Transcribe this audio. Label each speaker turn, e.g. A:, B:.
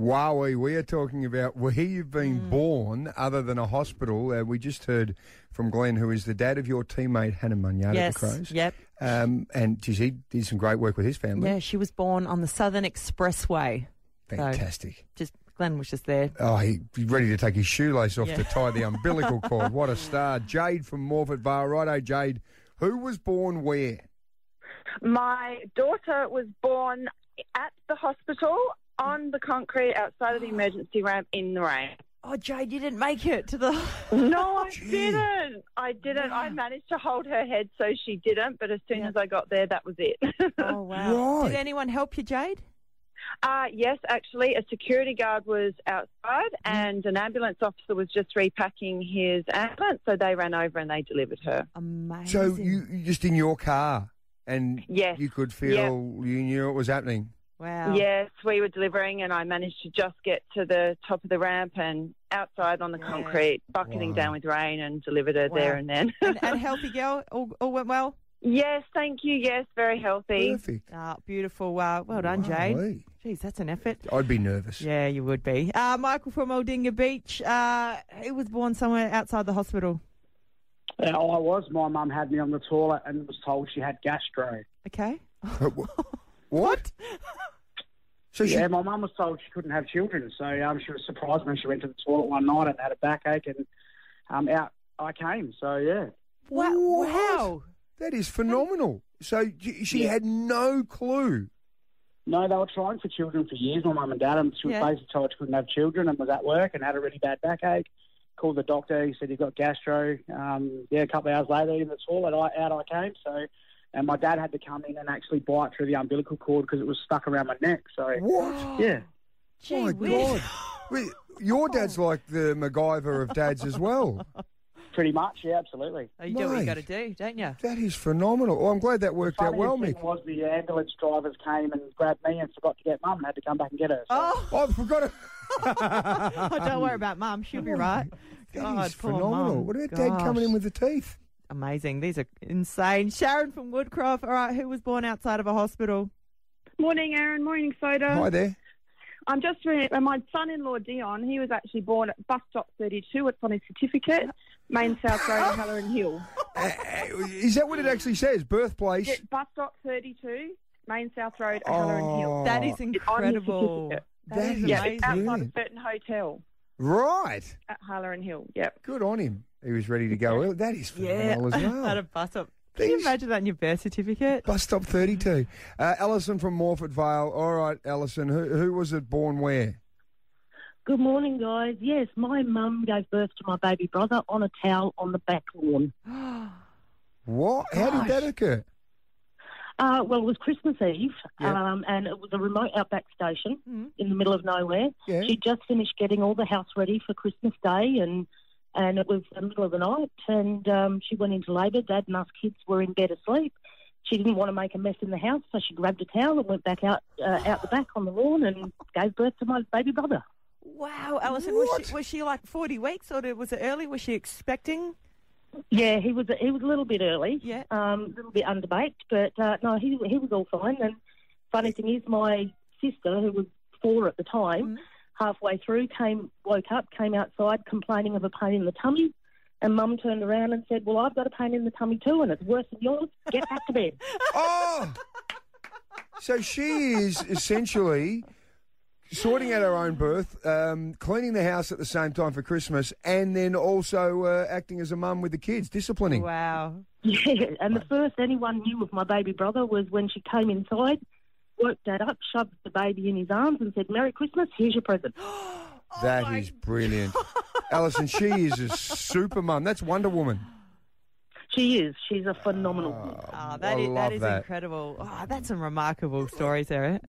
A: Wowie, we are talking about where you've been
B: Mm.
A: born other than a hospital. Uh, we just heard from Glenn, who is the dad of your teammate, Hannah Munyard
B: Yes,
A: at the Crows.
B: yep.
A: Um, and geez, he did some great work with his family.
B: Yeah, she was born on the Southern Expressway. So,
A: Fantastic.
B: just Glenn was just there.
A: Oh, he, he's ready to take his shoelace off
B: Yeah.
A: to tie the umbilical cord. What a star. Jade from Morford Vale. Righto, Jade. Who was born where?
C: My daughter was born at the hospital on the concrete outside of the emergency ramp in the rain.
B: Oh, Jade, you didn't make it to the.
C: No, I
A: Gee.
C: didn't. I didn't. I managed to hold her head so she didn't, but as soon
B: Yeah.
C: as I got there, that was it.
B: Oh wow!
A: Right.
B: Did anyone help you, Jade?
C: uh, yes, actually, a security guard was outside
B: Mm-hmm.
C: and an ambulance officer was just repacking his ambulance, so they ran over and they delivered her.
B: Amazing.
A: So you you just in your car and
C: Yes.
A: you could feel you knew it was happening.
B: Wow.
C: Yes, we were delivering, and I managed to just get to the top of the ramp and outside on the
B: Yeah.
C: concrete, bucketing
A: Wow.
C: down with rain, and delivered her
B: Wow.
C: there and then.
B: and, and healthy girl, all, all went well.
C: yes, thank you. Yes, very healthy.
A: Perfect.
B: Ah, beautiful. Uh, well done, Jade.
A: Wowee.
B: Jeez, that's an effort.
A: I'd be nervous.
B: Yeah, you would be. Uh, Michael from Aldinga Beach. Uh, he was born somewhere outside the hospital.
D: Yeah, I was. My mum had me on the toilet and was told she had gastro.
B: Okay.
A: But wh- what? So she
D: Yeah, my mum was told she couldn't have children, so um, she was surprised when she went to the toilet one night and had a backache, and um, out I came. So yeah,
A: What?
B: Wow. wow.
A: that is phenomenal. So y- she had no clue.
D: no, they were trying for children for years. My mum and dad, and she was
B: Yeah.
D: basically told she couldn't have children, and was at work and had a really bad backache. Called the doctor. He said you've got gastro. Um, yeah, a couple of hours later in the toilet, I, out I came. So, and my dad had to come in and actually bite through the umbilical cord because it was stuck around my neck. So
A: What?
D: yeah.
B: Gee
A: my
B: whiz.
A: God. Wait, Your dad's like the MacGyver of dads as well.
D: Pretty much, yeah, absolutely.
B: Oh, you do what you
A: Mate.
B: got to do, don't you?
A: That is phenomenal. Oh, I'm glad that worked out
D: Funniest
A: well,
D: thing
A: Mick.
D: was the ambulance drivers came and grabbed me and forgot to get mum and had to come back and get her. So
B: Oh,
A: Oh, I forgot. it.
B: oh, don't worry about mum. She'll be right.
A: Oh, That is
B: God, poor
A: phenomenal.
B: mum.
A: What about dad coming
B: Gosh.
A: in with the teeth?
B: Amazing. These are insane. Sharon from Woodcroft. All right, who was born outside of a hospital?
E: Morning, Aaron. Morning, Soda.
A: Hi there.
E: I'm just re- uh, my son-in-law Dion. He was actually born at bus stop 32. It's on his certificate, Main South Road, Halloran Hill.
A: Uh, uh, is that what it actually says? Birthplace.
E: Yeah, bus stop 32, Main South Road, Halloran Hill.
A: Oh,
B: That is incredible.
E: certificate.
A: that is
E: yeah,
B: amazing.
E: it's outside a
A: brilliant.
E: certain hotel
A: Right.
E: at Halloran Hill. Yep.
A: Good on him. He was ready to go. Well, that is
B: Yeah.
A: phenomenal as well.
B: At a bus stop. Can you
A: These-
B: imagine that in your birth certificate?
A: Bus stop 32. Uh, Alison from Morford Vale. All right, Alison. Who, who was it born where?
F: Good morning, guys. Yes, my mum gave birth to my baby brother on a towel on the back lawn.
A: What? How did that occur?
F: Uh, well, it was Christmas Eve,
A: Yeah. Hmm.
F: um, and it was a remote outback station
B: Mm.
F: in the middle of nowhere.
A: Yeah.
F: She'd just finished getting all the house ready for Christmas Day, and and it was the middle of the night, and um, she went into labour. Dad and us kids were in bed asleep. She didn't want to make a mess in the house, so she grabbed a towel and went back out uh, out the back on the lawn and gave birth to my baby brother.
B: Wow, Alison, was
A: What?
B: she, was she like 40 weeks or did- was it early? Was she expecting?
F: Yeah, he was he was a little bit early,
B: Yeah.
F: um, a little bit underbaked, but uh, no, he he was all fine. And funny thing is, my sister, who was four at the
B: Mm.
F: time, halfway through came woke up, came outside complaining of a pain in the tummy, and Mum turned around and said, "Well, I've got a pain in the tummy too, and it's worse than yours. Get back to bed."
A: Oh! So she is essentially sorting out her own birth, um, cleaning the house at the same time for Christmas, and then also uh, acting as a mum with the kids, disciplining.
B: Wow.
F: Yeah, and the first anyone knew of my baby brother was when she came inside, woke Dad up, shoved the baby in his arms, and said, "Merry Christmas. Here's your present."
A: That is brilliant. Alison, she is a super mum. That's Wonder Woman.
F: She is. She's a phenomenal. woman.
B: Oh,
A: I
B: that is,
A: love
B: that is
A: that.
B: incredible. Oh, that's some remarkable stories, Eric.